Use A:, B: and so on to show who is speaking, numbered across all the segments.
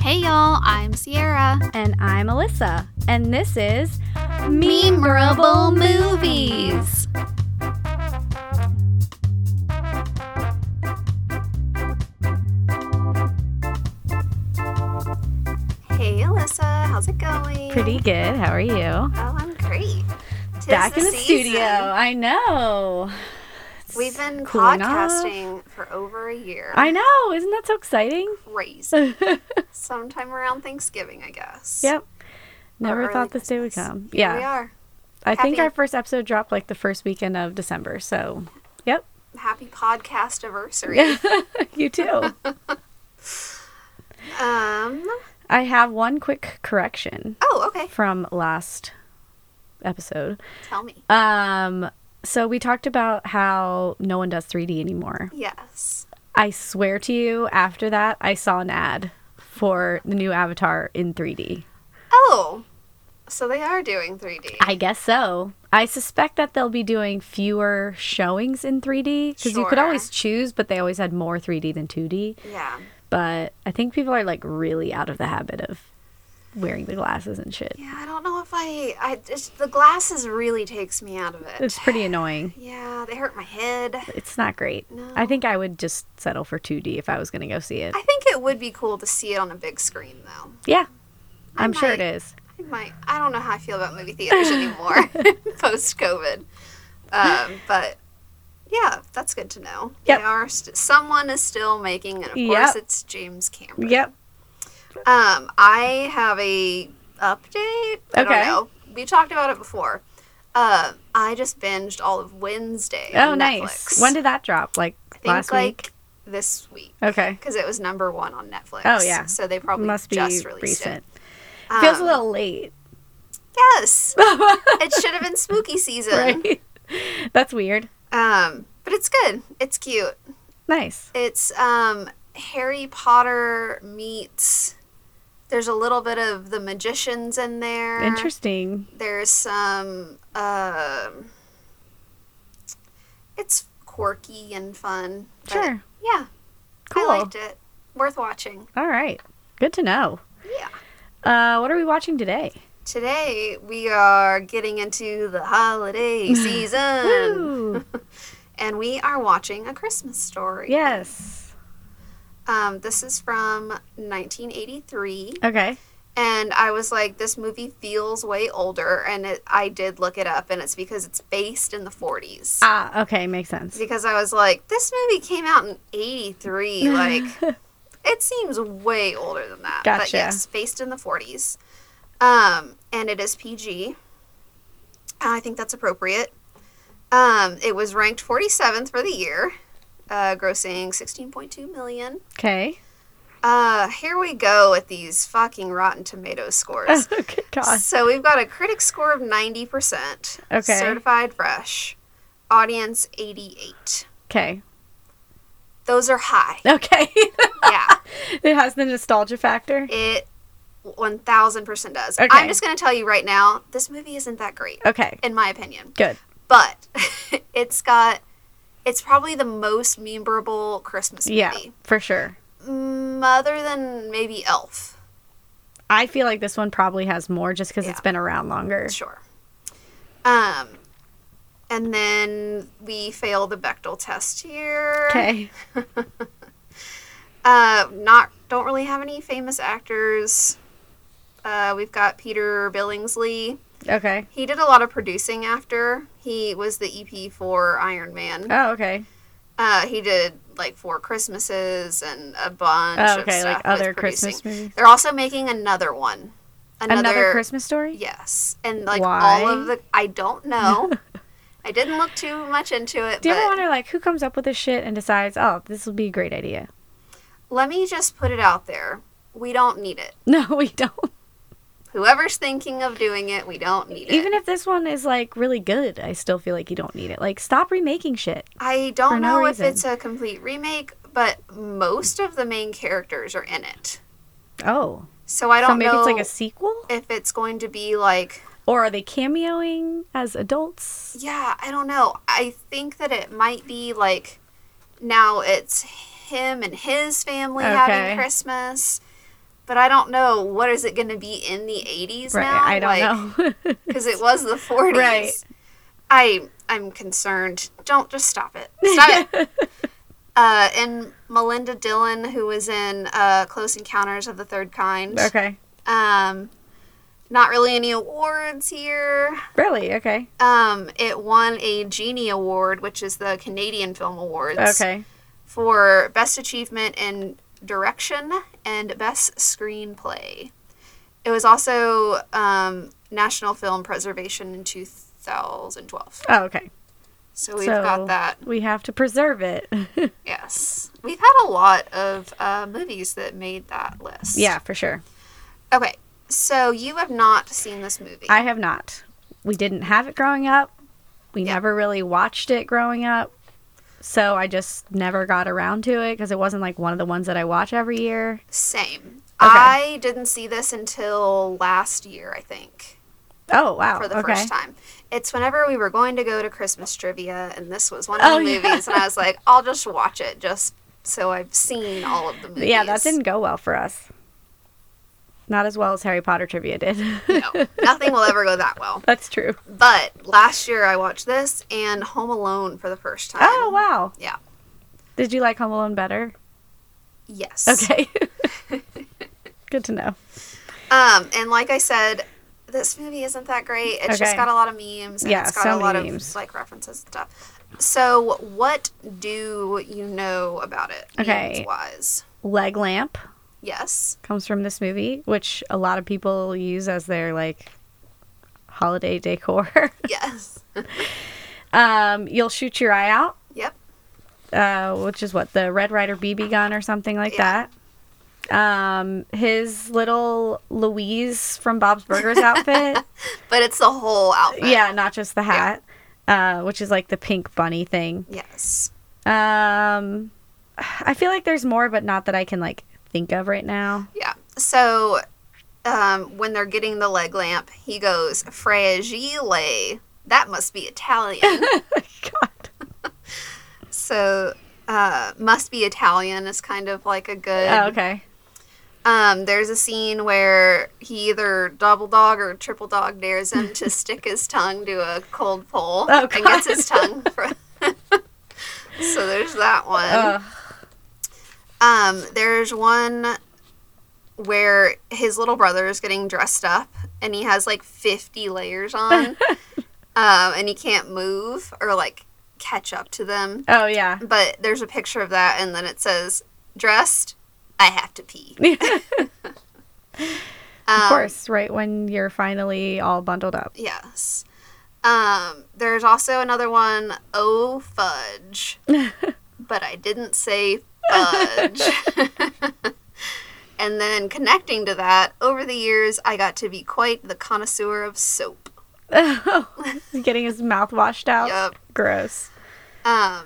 A: Hey y'all, I'm Sierra.
B: And I'm Alyssa. And this is
A: Memorable Movies. Hey Alyssa, how's it going?
B: Pretty good. How are you?
A: Oh, I'm great. Tis
B: Back in the
A: season.
B: studio. I know.
A: We've been
B: Cooling off.
A: podcasting for over a year.
B: I know. Isn't that so exciting?
A: Crazy. Sometime around Thanksgiving, I guess.
B: Yep. Never
A: early
B: thought this day would
A: Christmas.
B: come.
A: Here we
B: Yeah.
A: are.
B: I think
A: Happy-
B: our first episode dropped like the first weekend of December. So, yep.
A: Happy podcast anniversary.
B: you too.
A: Um.
B: I have one quick correction
A: Oh, okay.
B: from last episode.
A: Tell me.
B: Um, so we talked about how no one does 3D anymore.
A: Yes.
B: I swear to you, after that, I saw an ad for the new Avatar in 3D.
A: Oh, so they are doing 3D.
B: I guess so. I suspect that they'll be doing fewer showings in 3D because you could
A: Sure.
B: always choose, but they always had more 3D than 2D.
A: yeah.
B: But I think people are like really out of the habit of wearing the glasses and shit.
A: Yeah, I don't know if I. I just, the glasses really takes me out of it.
B: It's pretty annoying.
A: yeah, they hurt my head.
B: It's not great.
A: No.
B: I think I would just settle for 2D if I was going to go see it.
A: I think it would be cool to see it on a big screen, though.
B: yeah, I'm sure it
A: might-
B: is.
A: I might. I don't know how I feel about movie theaters anymore post COVID. Um, but yeah, that's good to know.
B: Yep.
A: They are st- someone is still making, and of
B: Yep.
A: course, it's James Cameron.
B: Yep.
A: Um, I have a update. I don't
B: Okay.
A: know. We talked about it before. Uh, I just binged all of Wednesday.
B: Oh,
A: on
B: nice.
A: Netflix.
B: When did that drop? Like
A: I think
B: last
A: like
B: week?
A: this week
B: Okay.
A: because it was number one on Netflix.
B: Oh, yeah.
A: So they probably
B: Must be
A: just released
B: recent.
A: it. Um,
B: Feels a little late,
A: Yes, it should have been spooky season.
B: right? That's weird.
A: Um, but it's good. It's cute.
B: Nice.
A: It's um Harry Potter meets. There's a little bit of the magicians in there.
B: Interesting.
A: there's some um it's quirky and fun but
B: Sure.
A: yeah
B: Cool.
A: i liked it worth watching
B: All right. Good to know.
A: yeah
B: Uh, what are we watching today?
A: today we are getting into the holiday Um, season
B: Woo!
A: and we are watching a christmas story
B: yes.
A: um this is from 1983
B: Okay.
A: and i was like this movie feels way older and it, i did look it up and it's because it's based in the 40s
B: Ah, okay. Makes sense.
A: because I was like, this movie came out in '83. Like, it seems way older than that. But
B: Gotcha.
A: yes, based in the '40s, um, and it is PG. I think that's appropriate. Um, it was ranked 47th for the year, uh, grossing 16.2 million.
B: Okay.
A: Uh, here we go with these fucking Rotten Tomatoes scores.
B: Good Oh, God.
A: So we've got a critic score of 90%.
B: Okay.
A: Certified fresh. Audience 88.
B: Okay.
A: Those are high.
B: Okay.
A: yeah.
B: it has the nostalgia factor.
A: It 1000% does.
B: Okay.
A: I'm just going to tell you right now, this movie isn't that great
B: Okay.
A: in my opinion.
B: Good.
A: But it's got it's probably the most memorable Christmas
B: Yeah.
A: movie.
B: For sure.
A: Mm, other than maybe Elf.
B: I feel like this one probably has more just because it's
A: Yeah.
B: been around longer.
A: Sure. Um and then we fail the Bechtel test here.
B: Okay.
A: Uh, not don't really have any famous actors. Uh, we've got Peter Billingsley.
B: Okay.
A: He did a lot of producing after. He was the EP for Iron Man.
B: Oh, okay.
A: Uh, he did like four Christmases and a bunch. of
B: Oh, okay.
A: stuff
B: Like other
A: with producing.
B: Christmas movies.
A: They're also making another one.
B: Another, Christmas story?
A: Yes, and like
B: Why?
A: all of the I don't know. I didn't look too much into it.
B: Do you
A: but
B: ever wonder, like, who comes up with this shit and decides, oh, this will be a great idea?
A: Let me just put it out there. We don't need it.
B: No, we don't.
A: Whoever's thinking of doing it, we don't need it.
B: Even if this one is, like, really good, I still feel like you don't need it. Like, stop remaking shit.
A: I
B: For
A: don't
B: no
A: know
B: reason.
A: if it's a complete remake, but most of the main characters are in it.
B: Oh.
A: So I don't
B: So maybe
A: know
B: it's like a sequel?
A: if it's going to be like,
B: Or are they cameoing as adults?
A: yeah, I don't know. I think that it might be like now it's him and his family
B: Okay.
A: having Christmas. But I don't know what is it going to be in the 80s
B: Right.
A: now.
B: I don't know.
A: Because it was the 40s.
B: Right.
A: I I'm concerned. Don't just stop it. Stop it. Uh, and Melinda Dillon, who was in uh, Close Encounters of the Third Kind.
B: okay.
A: Um, not really any awards here.
B: Really? Okay.
A: Um, it won a Genie Award, which is the Canadian Film Awards,
B: Okay.
A: for Best Achievement in Direction and Best Screenplay. It was also um, National Film Preservation in 2012.
B: Oh, okay.
A: So we've
B: So-
A: got that.
B: We have to preserve it.
A: Yes. We've had a lot of uh, movies that made that list.
B: yeah, for sure.
A: Okay. So you have not seen this movie.
B: I have not. We didn't have it growing up. We
A: Yeah.
B: never really watched it growing up. So I just never got around to it because it wasn't like one of the ones that I watch every year.
A: Same. I didn't see this until last year, I think,
B: Oh, wow.
A: for the
B: okay.
A: first time. It's whenever we were going to go to Christmas trivia, and this was one of
B: Oh,
A: the
B: yeah.
A: movies, and I was like, I'll just watch it just so I've seen all of the movies.
B: Yeah, that didn't go well for us. Not as well as Harry Potter trivia did.
A: No, nothing will ever go that well.
B: That's true.
A: But last year I watched this and Home Alone for the first time.
B: Oh, wow.
A: Yeah.
B: Did you like Home Alone better?
A: Yes.
B: Okay. Good to know.
A: Um, and like I said, this movie isn't that great. It's just
B: Okay.
A: got a lot of memes and
B: Yeah,
A: it's got
B: so
A: a lot
B: many
A: of
B: memes.
A: like references and stuff. So what do you know about it?
B: Okay.
A: Wise.
B: Leg lamp
A: Yes.
B: comes from this movie, which a lot of people use as their like holiday decor.
A: Yes.
B: um, you'll shoot your eye out,
A: yep.
B: uh, which is what the Red Rider BB gun or something like
A: Yeah.
B: that. Um, his little Louise from Bob's Burgers outfit.
A: But it's the whole outfit.
B: yeah, not just the hat, uh, which is like the pink bunny thing.
A: Yes.
B: Um, I feel like there's more, but not that I can like think of right now.
A: Yeah. So um, when they're getting the leg lamp, he goes, Fragile. That must be Italian.
B: God.
A: so uh, must be Italian is kind of like a good
B: Oh, okay.
A: Um, there's a scene where he either double dog or triple dog dares him to stick his tongue to a cold pole
B: Oh,
A: and gets
B: God.
A: his tongue. From... so there's that one.
B: Ugh.
A: Um, there's one where his little brother is getting dressed up and he has like 50 layers on, um, and he can't move or like catch up to them.
B: oh yeah.
A: But there's a picture of that, and then it says, "Dressed, I have to pee."
B: of
A: Um,
B: course, right when you're finally all bundled up.
A: Yes. Um, there's also another one, Oh Fudge. but I didn't say fudge. and then connecting to that, over the years, I got to be quite the connoisseur of soap.
B: Getting his mouth washed out.
A: Yup.
B: Gross.
A: Um,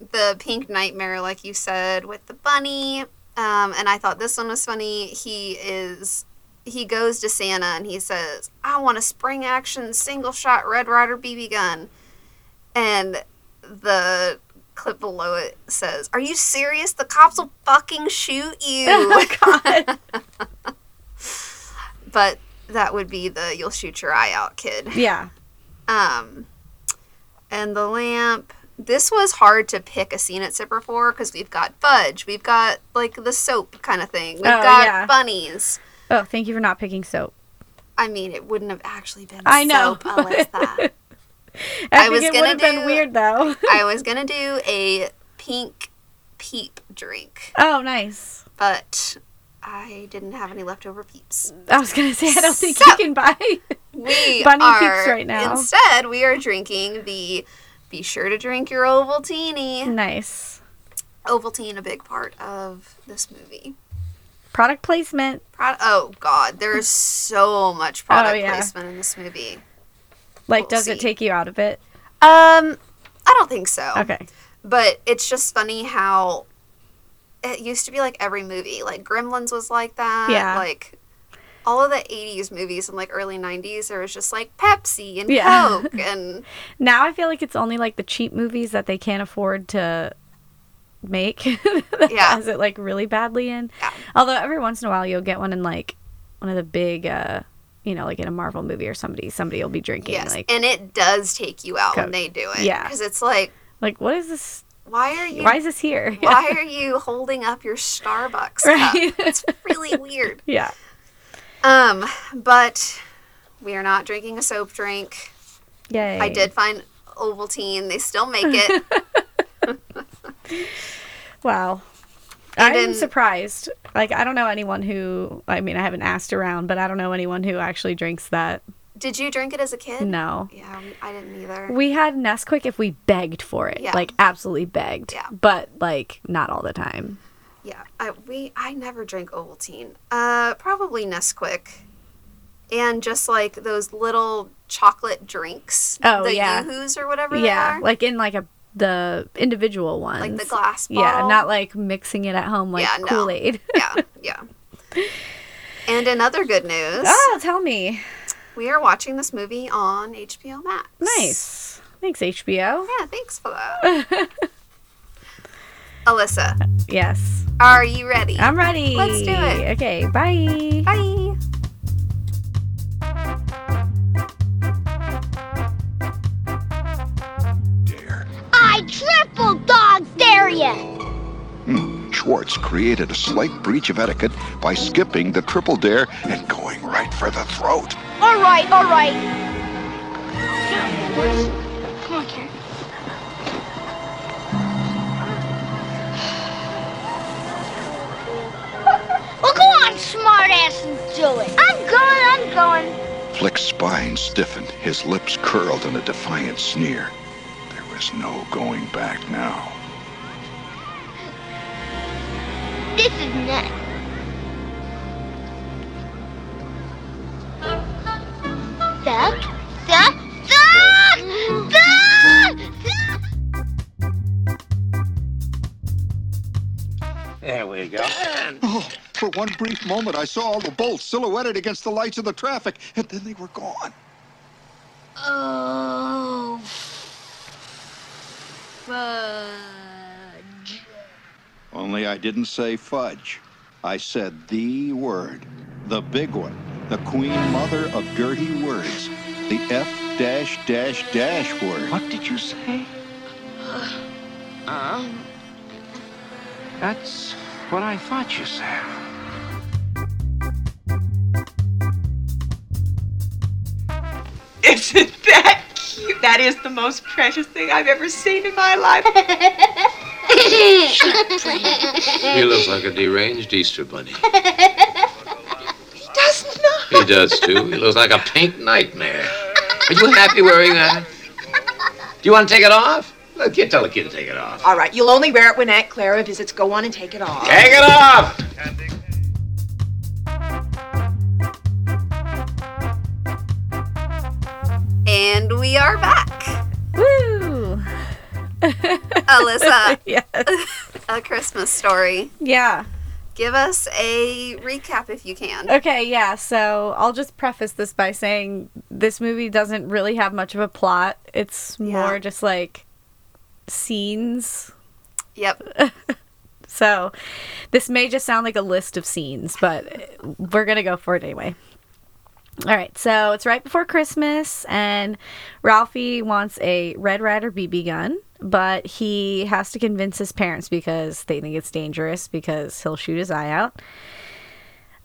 A: the pink nightmare, like you said, with the bunny. Um, and I thought this one was funny. He is. He goes to Santa and he says, I want a spring action single shot Red Rider BB gun. And the clip below it says, Are you serious? The cops will fucking shoot you.
B: Oh, God.
A: but that would be the You'll Shoot Your Eye Out kid.
B: yeah.
A: Um, and the lamp. This was hard to pick a scene at Sipper for because we've got fudge, we've got like the soap kind of thing, we've
B: Oh,
A: got
B: yeah.
A: bunnies.
B: Oh, thank you for not picking soap.
A: I mean, it wouldn't have actually been
B: I know.
A: soap unless that.
B: I,
A: I
B: think
A: was
B: it
A: gonna
B: would have been
A: do-
B: weird though.
A: I was gonna do a pink peep drink,
B: oh, nice.
A: but I didn't have any leftover peeps.
B: I was gonna say I don't think
A: So-
B: you can buy.
A: We
B: Bunny
A: are
B: peeps right now.
A: Instead, we are drinking the. Be sure to drink your
B: Mm.
A: Ovaltine.
B: nice
A: Ovaltine, a big part of this movie.
B: product placement.
A: Pro- oh God, there is so much product
B: Oh, yeah.
A: placement in this movie.
B: Like,
A: We'll
B: does
A: see.
B: it take you out of it?
A: Um, I don't think so.
B: Okay.
A: but it's just funny how it used to be like every movie, like Gremlins was like that.
B: Yeah.
A: like all of the '80s movies and like early '90s, there was just like Pepsi and
B: Yeah.
A: Coke and
B: Now I feel like it's only like the cheap movies that they can't afford to make that
A: Yeah.
B: has it like really badly in.
A: Yeah.
B: Although every once in a while you'll get one in like one of the big, uh, you know, like in a Marvel movie or somebody, somebody will be drinking
A: Yes,
B: like,
A: and it does take you out when
B: Coke.
A: they do it.
B: Yeah.
A: because it's like,
B: like what is this?
A: why are you?
B: Why is this here?
A: why are you holding up your Starbucks
B: Right.
A: cup? It's really weird.
B: yeah.
A: Um, but we are not drinking a soap drink.
B: Yay.
A: I did find Ovaltine. They still make it.
B: Wow.
A: And
B: I'm
A: in-
B: surprised. Like I don't know anyone who I mean I haven't asked around, but I don't know anyone who actually drinks that.
A: did you drink it as a kid?
B: No.
A: Yeah, we- I didn't either.
B: We had Nesquik if we begged for it.
A: Yeah.
B: Like absolutely begged.
A: Yeah.
B: But like not all the time.
A: Yeah, I, we I never drank Ovaltine. Uh, probably Nesquik, and just like those little chocolate drinks.
B: Oh,
A: the
B: yeah.
A: Yoo-hoos or whatever.
B: yeah.
A: they are.
B: Like in like a the individual ones.
A: like the glass bottle.
B: Yeah, not like mixing it at home like
A: Yeah, no.
B: Kool-Aid.
A: yeah, yeah. And in other good news,
B: oh, tell me.
A: we are watching this movie on HBO Max.
B: Nice. Thanks HBO.
A: Yeah, thanks for that. Alyssa,
B: Yes.
A: are you ready?
B: I'm ready.
A: Let's do it.
B: Okay, bye.
A: Bye.
C: dare.
D: I triple dog dare you!
C: Hmm, Schwartz created a slight breach of etiquette by skipping the triple dare and going right for the throat.
D: All right, all right. Boys, come on, Karen. Well, go on, smartass, and do it. I'm going, I'm going.
C: Flick's spine stiffened, his lips curled in a defiant sneer. There was no going back now.
D: This is nuts. Thug, thug, thug, thug, thug.
E: There we go.
C: Oh, for one brief moment, I saw all the bolts silhouetted against the lights of the traffic, and then they were gone.
D: Oh, fudge.
C: Only I didn't say fudge. I said the word, the big one, the queen mother of dirty words, the F dash dash dash word.
E: What did you say?
D: Um,
E: That's what I thought you said.
F: Isn't that cute? That is the most precious thing I've ever seen in my life.
G: He looks like a deranged Easter bunny.
F: Does not.
G: He does too. He looks like a pink nightmare. Are you happy wearing that? Do you want to take it off? Look, kid, tell the kid to take it off.
F: All right, you'll only wear it when Aunt Clara visits. Go on and take it off.
G: Take it off!
A: And we are back.
B: Woo!
A: Alyssa,
B: yes.
A: a Christmas story.
B: Yeah.
A: Give us a recap if you can.
B: Okay, yeah. So I'll just preface this by saying this movie doesn't really have much of a plot. It's more just like scenes.
A: Yep.
B: So this may just sound like a list of scenes, but we're going to go for it anyway. All right, so it's right before Christmas, and Ralphie wants a Red Rider BB gun, but he has to convince his parents because they think it's dangerous because he'll shoot his eye out.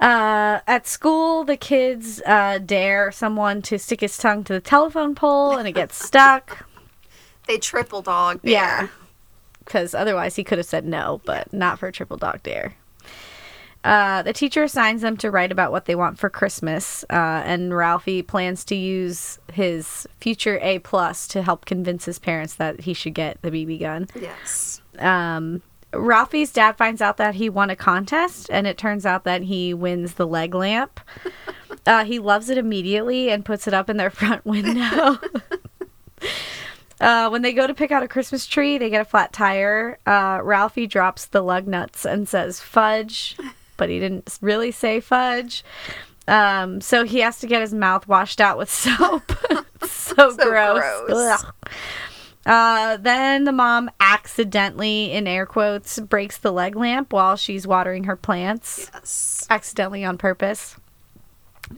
B: Uh, at school, the kids uh, dare someone to stick his tongue to the telephone pole, and it gets stuck.
A: They triple dog. Dare.
B: Yeah. Because otherwise he could have said no, but not for Triple Dog Dare. Uh, the teacher assigns them to write about what they want for Christmas, uh, and Ralphie plans to use his future A plus to help convince his parents that he should get the BB gun.
A: Yes.
B: Um, Ralphie's dad finds out that he won a contest, and it turns out that he wins the leg lamp. Uh, he loves it immediately and puts it up in their front window. Uh, when they go to pick out a Christmas tree, they get a flat tire. Uh, Ralphie drops the lug nuts and says fudge, but he didn't really say fudge. Um, so he has to get his mouth washed out with soap. so, gross.
A: gross.
B: Ugh. Uh, then the mom accidentally, in air quotes, breaks the leg lamp while she's watering her plants,
A: Yes.
B: accidentally on purpose.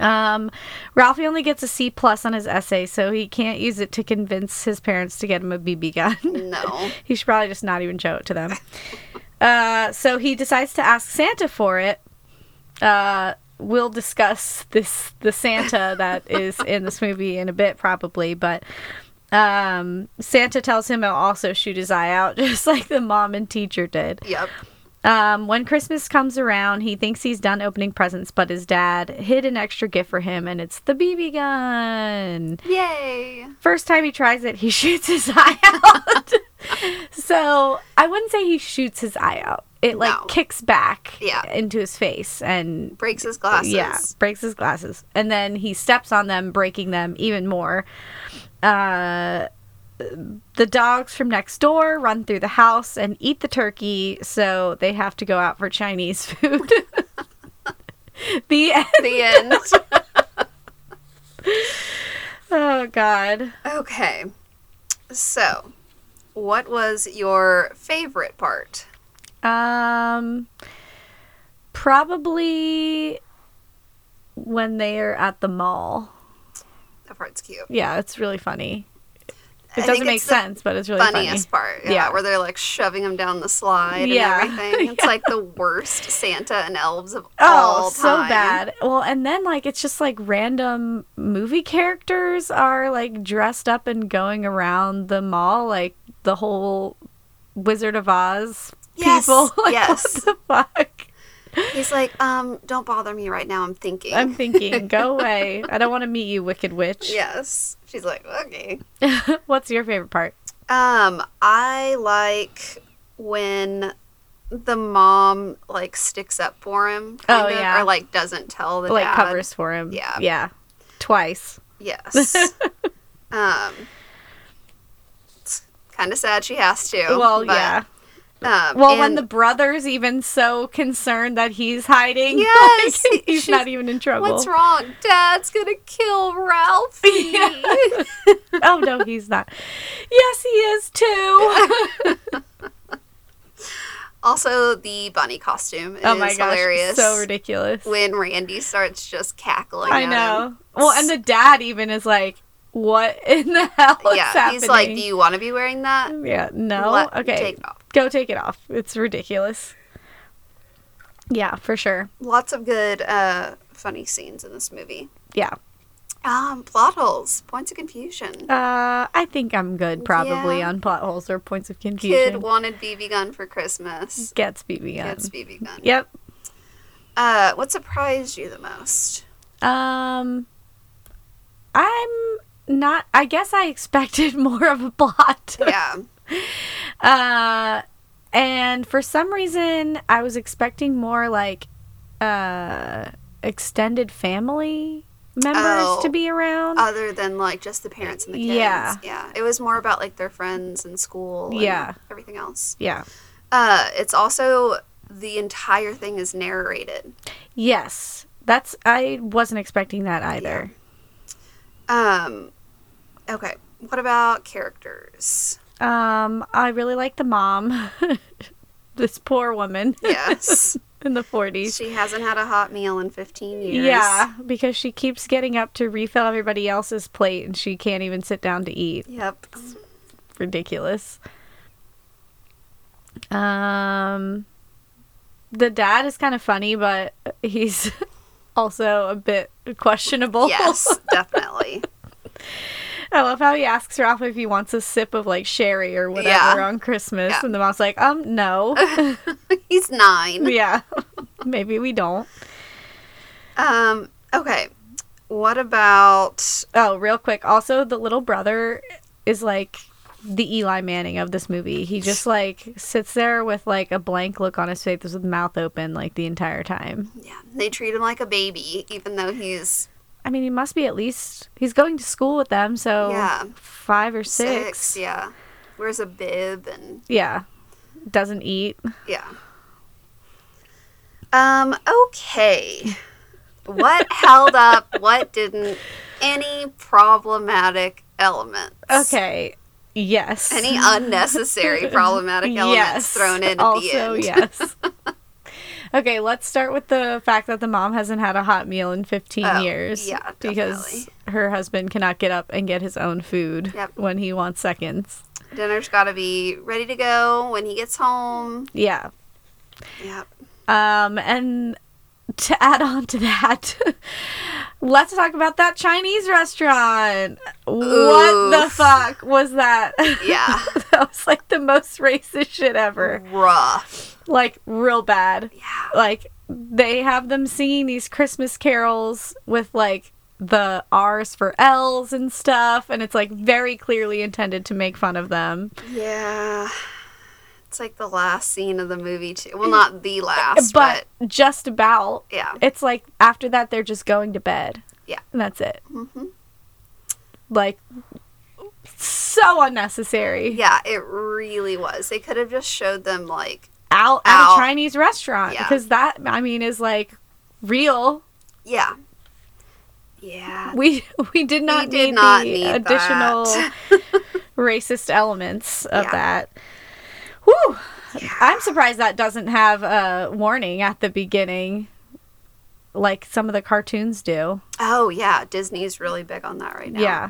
B: Um, Ralphie only gets a C plus on his essay, so he can't use it to convince his parents to get him a BB gun.
A: No.
B: He should probably just not even show it to them. Uh, so he decides to ask Santa for it. Uh, we'll discuss this the Santa that is in this movie in a bit, probably. But um, Santa tells him he'll also shoot his eye out, just like the mom and teacher did.
A: Yep.
B: Um, when Christmas comes around, he thinks he's done opening presents, but his dad hid an extra gift for him, and it's the BB gun.
A: Yay.
B: First time he tries it, he shoots his eye out. so I wouldn't say he shoots his eye out. It like
A: No.
B: kicks back
A: Yeah.
B: into his face and
A: Breaks his glasses.
B: yeah, breaks his glasses. And then he steps on them, breaking them even more. Uh, the dogs from next door run through the house and eat the turkey, so they have to go out for Chinese food. the end.
A: The end.
B: Oh God.
A: okay. So, what was your favorite part?
B: Um, probably when they are at the mall.
A: That part's cute.
B: Yeah, it's really funny.
A: I
B: It
A: think
B: doesn't make
A: it's the
B: sense, but it's really funny.
A: Funniest part. Yeah,
B: Yeah.
A: Where they're like shoving him down the slide
B: Yeah.
A: and everything. It's like the worst Santa and elves of
B: Oh,
A: all time.
B: so bad. Well, and then like it's just like random movie characters are like dressed up and going around the mall, like the whole Wizard of Oz
A: Yes.
B: people. Like,
A: yes.
B: what the fuck?
A: He's like, um, don't bother me right now. I'm thinking.
B: I'm thinking, go away. I don't want to meet you, Wicked Witch.
A: yes. She's like, okay.
B: What's your favorite part?
A: Um, I like when the mom like sticks up for him.
B: Oh,
A: kind of,
B: yeah.
A: Or like doesn't tell the
B: like
A: dad.
B: covers for him.
A: Yeah.
B: Yeah. Twice.
A: Yes. um. It's kind of sad she has to.
B: well,
A: Oh, but,
B: yeah.
A: Um,
B: Well, when
A: and-
B: the brother's even so concerned that he's hiding,
A: Yes!
B: like, he's
A: She's-
B: not even in trouble.
A: What's wrong? Dad's gonna kill Ralphie.
B: oh no, he's not. Yes, he is too. oh
A: Also, the bunny costume is
B: Oh, my gosh,
A: hilarious.
B: so ridiculous.
A: When Randy starts just cackling,
B: I
A: at him.
B: know. Well, and the dad even is like, "What in the hell is
A: yeah,
B: happening?"
A: he's like, "Do you want to be wearing that?"
B: Yeah, no.
A: Let-
B: okay,
A: take it off.
B: go take it off. It's ridiculous. Yeah, for sure.
A: Lots of good, uh, funny scenes in this movie.
B: Yeah.
A: Um, plot holes, points of confusion.
B: Uh, I think I'm good probably
A: Yeah.
B: on plot holes or points of confusion.
A: Kid wanted BB gun for Christmas.
B: Gets BB gun.
A: Gets BB gun.
B: Yep.
A: Uh, what surprised you the most?
B: Um, I'm not. I guess I expected more of a plot.
A: Yeah,
B: Uh, and for some reason, I was expecting more like uh extended family members
A: Oh.
B: to be around.
A: other than like just the parents and the kids.
B: Yeah.
A: yeah. It was more about like their friends and school. and
B: Yeah.
A: everything else.
B: yeah.
A: Uh, it's also the entire thing is narrated.
B: Yes. That's. I wasn't expecting that either.
A: Um, okay. What about characters?
B: Um, I really like the mom. this poor woman
A: Yes.
B: in the 40s.
A: she hasn't had a hot meal in 15 years.
B: Yeah, because she keeps getting up to refill everybody else's plate and she can't even sit down to eat.
A: Yep.
B: Ridiculous. Um the dad is kind of funny, but he's also a bit questionable.
A: Yes, definitely.
B: I love how he asks Ralph if he wants a sip of like sherry or whatever
A: Yeah.
B: on Christmas
A: Yeah.
B: and the mom's like, "Um, no."
A: He's nine.
B: yeah. Maybe we don't.
A: Um, okay. What about
B: Oh, real quick. Also, the little brother is like the Eli Manning of this movie. He just like sits there with like a blank look on his face with mouth open like the entire time.
A: yeah, they treat him like a baby even though he's
B: I mean, he must be at least he's going to school with them, so
A: Yeah.
B: 5 or 6.
A: six. yeah. Wears a bib and
B: Yeah. Doesn't eat.
A: yeah. Um, okay. What held up, what didn't? Any problematic elements?
B: Okay. Yes.
A: Any unnecessary problematic elements thrown in at
B: also,
A: the end.
B: yes. okay, let's start with the fact that the mom hasn't had a hot meal in 15
A: Oh,
B: years.
A: yeah,
B: Because her husband cannot get up and get his own food
A: Yep.
B: when he wants seconds.
A: Dinner's got to be ready to go when he gets home.
B: Yeah.
A: Yep.
B: Um, and to add on to that, let's talk about that Chinese restaurant. What the
A: Oof.
B: fuck was that?
A: Yeah.
B: that was like the most racist shit ever.
A: Rough.
B: Like, real bad.
A: Yeah.
B: Like, they have them singing these Christmas carols with like the R's for L's and stuff, and it's like very clearly intended to make fun of them.
A: Yeah. It's like the last scene of the movie too. Well, not the last, but,
B: Mm. but just about
A: yeah.
B: it's like after that they're just going to bed.
A: Yeah.
B: And that's it.
A: hmm
B: Like so unnecessary.
A: Yeah, it really was. They could have just showed them like,
B: Out at
A: Out.
B: a Chinese restaurant
A: Yeah.
B: because that I mean is like real.
A: yeah, yeah.
B: We we did not
A: did
B: need
A: not
B: the
A: need that.
B: additional racist elements of
A: Yeah.
B: that. Whew. I'm surprised that doesn't have a warning at the beginning like some of the cartoons do.
A: Oh yeah, Disney's really big on that right now.
B: Yeah.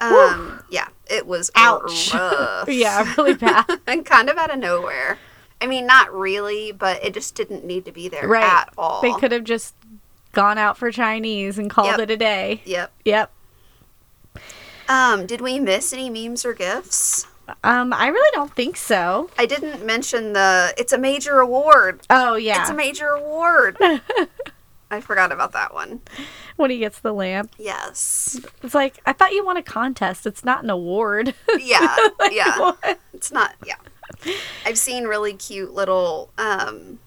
A: Um. Yeah, it was
B: Ouch.
A: rough.
B: Yeah, really bad.
A: and kind of out of nowhere. I mean, not really, but it just didn't need to be there
B: Right.
A: at all.
B: They could have just gone out for Chinese and called
A: Yep.
B: it a day.
A: Yep.
B: Yep.
A: Um. Did we miss any memes or gifts?
B: Um, I really don't think so.
A: I didn't mention the. It's a major award.
B: Oh yeah,
A: It's a major award. I forgot about that one.
B: when he gets the lamp,
A: Yes.
B: it's like I thought you won a contest. It's not an award. Oh,
A: Yeah. Yeah. It's not. Yeah. I've seen really cute little um,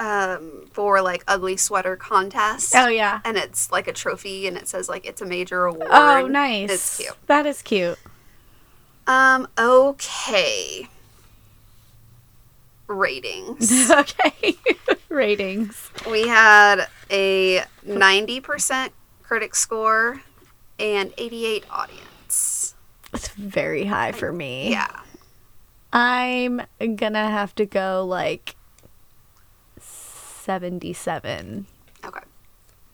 A: um, for like ugly sweater contests.
B: oh yeah.
A: And it's like a trophy, and it says like it's a major award.
B: Oh nice.
A: It's cute.
B: That is cute.
A: Um. Okay. Ratings.
B: okay. Ratings.
A: We had a 90% critic score and 88 audience.
B: It's very high for me.
A: Yeah.
B: I'm gonna have to go like seventy-seven.
A: Okay.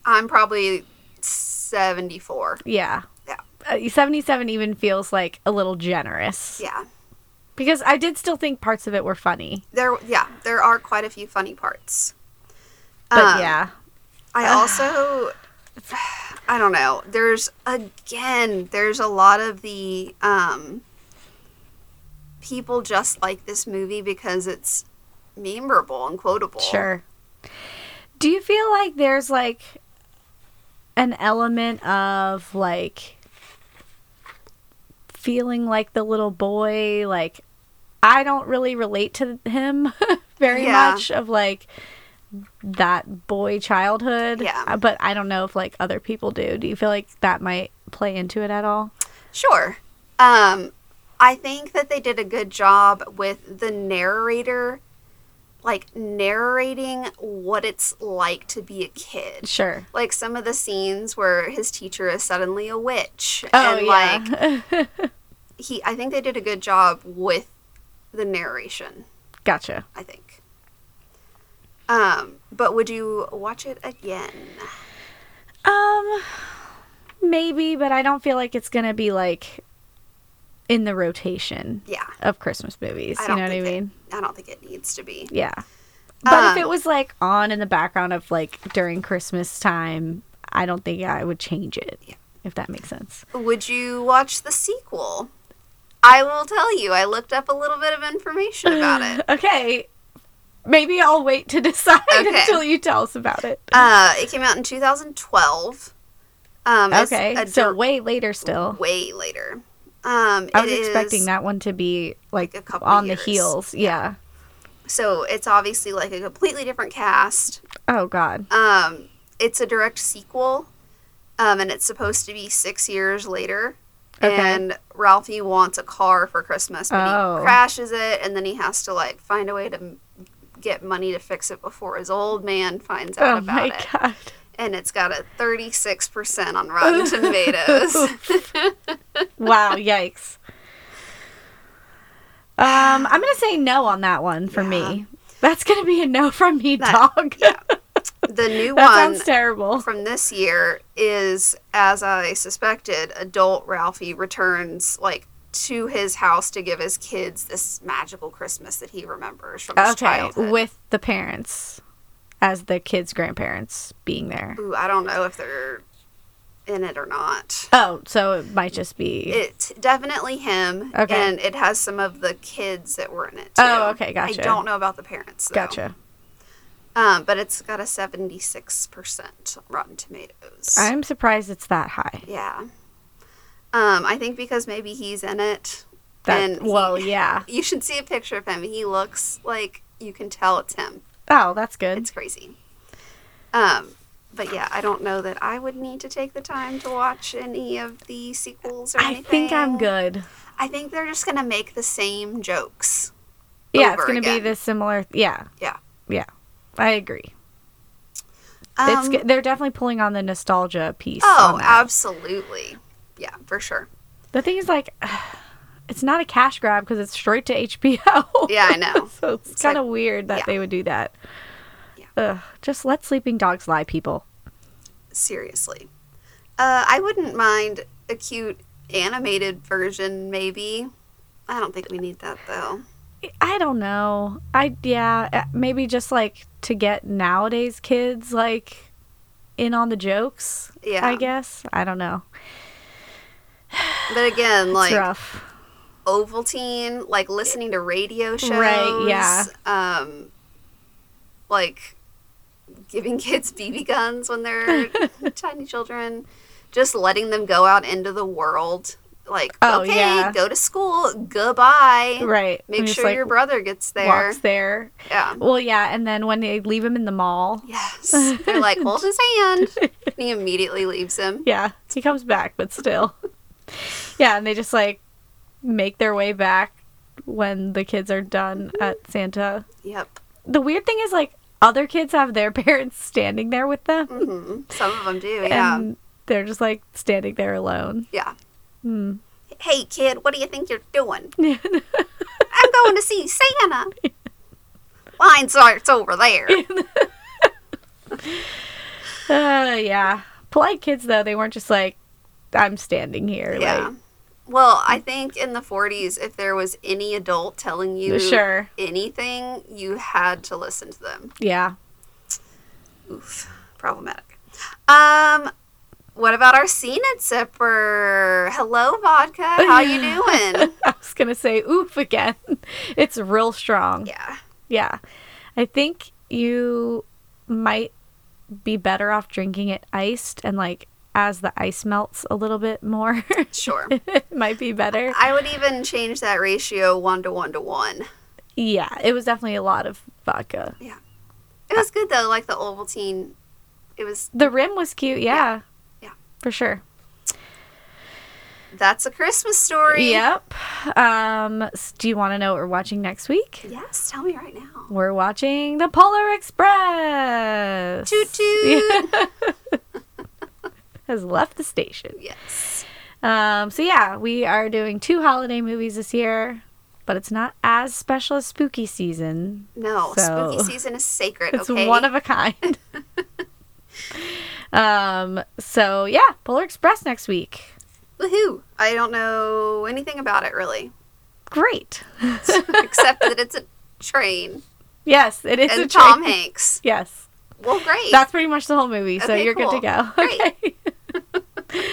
A: I'm probably 74.
B: Yeah.
A: Yeah.
B: Uh, 77 even feels like a little generous.
A: Yeah.
B: Because I did still think parts of it were funny.
A: There yeah, there are quite a few funny parts.
B: But
A: Um,
B: yeah.
A: I also I don't know. There's again, there's a lot of the um people just like this movie because it's memorable and quotable.
B: Sure. Do you feel like there's like an element of like feeling like the little boy like I don't really relate to him very
A: Yeah.
B: much of like that boy childhood.
A: Yeah.
B: Uh, But I don't know if like other people do. Do you feel like that might play into it at all?
A: Sure. Um, I think that they did a good job with the narrator, like narrating what it's like to be a kid.
B: Sure.
A: Like some of the scenes where his teacher is suddenly a witch.
B: Oh,
A: and
B: yeah.
A: like he I think they did a good job with the narration,
B: gotcha.
A: I think. Um, but would you watch it again?
B: Um, maybe, but I don't feel like it's gonna be like in the rotation
A: Yeah.
B: of Christmas movies.
A: I
B: You
A: don't
B: know what I
A: think it-
B: mean?
A: I don't think it needs to be.
B: Yeah. But if it
A: Um,
B: was like on in the background of like during Christmas time, I don't think I would change it. If that makes sense.
A: Would you watch the sequel? I will tell you. I looked up a little bit of information about it.
B: Okay. Maybe I'll wait to decide
A: Okay.
B: until you tell us about it.
A: Uh, it came out in 2012. Um, it's
B: okay.
A: a
B: So
A: dir-
B: way later still.
A: way later. Um,
B: I was
A: it is-
B: expecting that one to be like,
A: like a couple
B: on
A: years.
B: the heels. Yeah.
A: So it's obviously like a completely different cast.
B: Oh god.
A: Um, it's a direct sequel, um, and it's supposed to be six years later.
B: Okay.
A: And Ralphie wants a car for Christmas, but
B: Oh.
A: he crashes it, and then he has to like find a way to m- get money to fix it before his old man finds out
B: Oh
A: about
B: my
A: it.
B: god.
A: And it's got a 36% on Rotten Tomatoes.
B: Wow, yikes. Um, I'm gonna say no on that one for me. That's gonna be a no from me,
A: That-
B: dog.
A: The new
B: that
A: one
B: sounds terrible.
A: from this year is, as I suspected, adult Ralphie returns like to his house to give his kids this magical Christmas that he remembers from his
B: Okay,
A: childhood.
B: with the parents as the kids' grandparents being there.
A: Ooh, I don't know if they're in it or not.
B: Oh, so it might just be.
A: It's definitely him,
B: Okay.
A: and it has some of the kids that were in it. Too.
B: Oh, okay, gotcha.
A: I don't know about the parents. Though.
B: gotcha.
A: Um, but it's got a seventy-six percent Rotten Tomatoes.
B: I'm surprised it's that high.
A: Yeah. Um, I think because maybe he's in it.
B: That
A: and he-
B: well, yeah.
A: You should see a picture of him. He looks like you can tell it's him.
B: Oh, that's good.
A: It's crazy. Um, but yeah, I don't know that I would need to take the time to watch any of the sequels or
B: I
A: anything.
B: think I'm good.
A: I think they're just gonna make the same jokes.
B: Yeah, it's
A: over
B: gonna
A: again.
B: be the similar. Yeah,
A: Yeah.
B: yeah. I agree.
A: Um,
B: it's g- they're definitely pulling on the nostalgia piece.
A: Oh,
B: on that.
A: absolutely. Yeah, for sure.
B: the thing is like, it's not a cash grab because it's straight to HBO.
A: Yeah, I know.
B: so it's,
A: It's like-
B: kind of weird that
A: yeah.
B: they would do that.
A: Yeah.
B: Ugh, just let sleeping dogs lie, people.
A: Seriously. Uh, I wouldn't mind a cute animated version, maybe. I don't think we need that though.
B: I don't know. I yeah, uh, maybe just like to get nowadays kids like in on the jokes.
A: Yeah.
B: I guess I don't know.
A: But again,
B: It's
A: like
B: rough.
A: Ovaltine, like listening to radio shows,
B: yeah.
A: Um, like giving kids BB guns when they're tiny children, just letting them go out into the world. Like,
B: Oh,
A: okay,
B: yeah.
A: go to school, goodbye.
B: Right.
A: eh, Make
B: And just,
A: sure
B: like,
A: your brother gets there.
B: Walks there.
A: Yeah.
B: Well, yeah, and then when they leave him in the mall,
A: Yes. They're like, hold his hand. And he immediately leaves him.
B: yeah, he comes back, but still, yeah, and they just like make their way back when the kids are done at Santa.
A: Yep.
B: The weird thing is like other kids have their parents standing there with them,
A: hmm Some of them do, yeah.
B: and they're just like standing there alone.
A: yeah.
B: Hmm.
A: Hey, kid, what do you think you're doing? I'm going to see Santa. Line starts over there.
B: Uh, yeah. Polite kids, though, they weren't just like, I'm standing here.
A: Yeah. Well, I think in the 40s, if there was any adult telling you
B: Like, sure.
A: anything, you had to listen to them.
B: Yeah.
A: Oof, problematic. Um, what about our scene it zipper? Hello, vodka. How you doing?
B: I was going to say oof again. it's real strong.
A: yeah,
B: Yeah. I think you might be better off drinking it iced and like as the ice melts a little bit more,
A: sure.
B: it might be better.
A: I would even change that ratio one to one to one.
B: Yeah. It was definitely a lot of vodka.
A: It was good though, like the Ovaltine. It was.
B: The rim was cute. Yeah.
A: Yeah.
B: For sure.
A: That's a Christmas story.
B: Yep. Um, s- do you want to know what we're watching next week?
A: Yes. Tell me right now.
B: We're watching The Polar Express.
A: Toot toot.
B: Has left the station.
A: Yes.
B: Um, so yeah, we are doing two holiday movies this year, but it's not as special as spooky season.
A: No.
B: So-
A: Spooky season is sacred.
B: It's
A: okay.
B: one of a kind. um, so yeah, Polar Express next week.
A: Woohoo! I don't know anything about it really,
B: Great.
A: except that it's a train
B: Yes, it is
A: and
B: a
A: Tom
B: train.
A: Hanks.
B: Yes.
A: Well, great.
B: That's pretty much the whole movie, so
A: Okay,
B: you're
A: cool.
B: good to go.
A: Great.
B: Okay.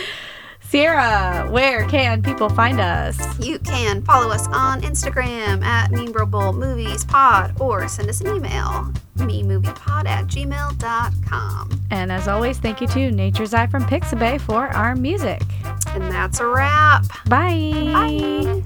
B: Sierra, where can people find us?
A: You can follow us on Instagram at Memorable Movies Pod or send us an email, memoviepod at gmail.com.
B: And as always, thank you to Nature's Eye from Pixabay for our music.
A: And that's a wrap.
B: Bye.
A: Bye.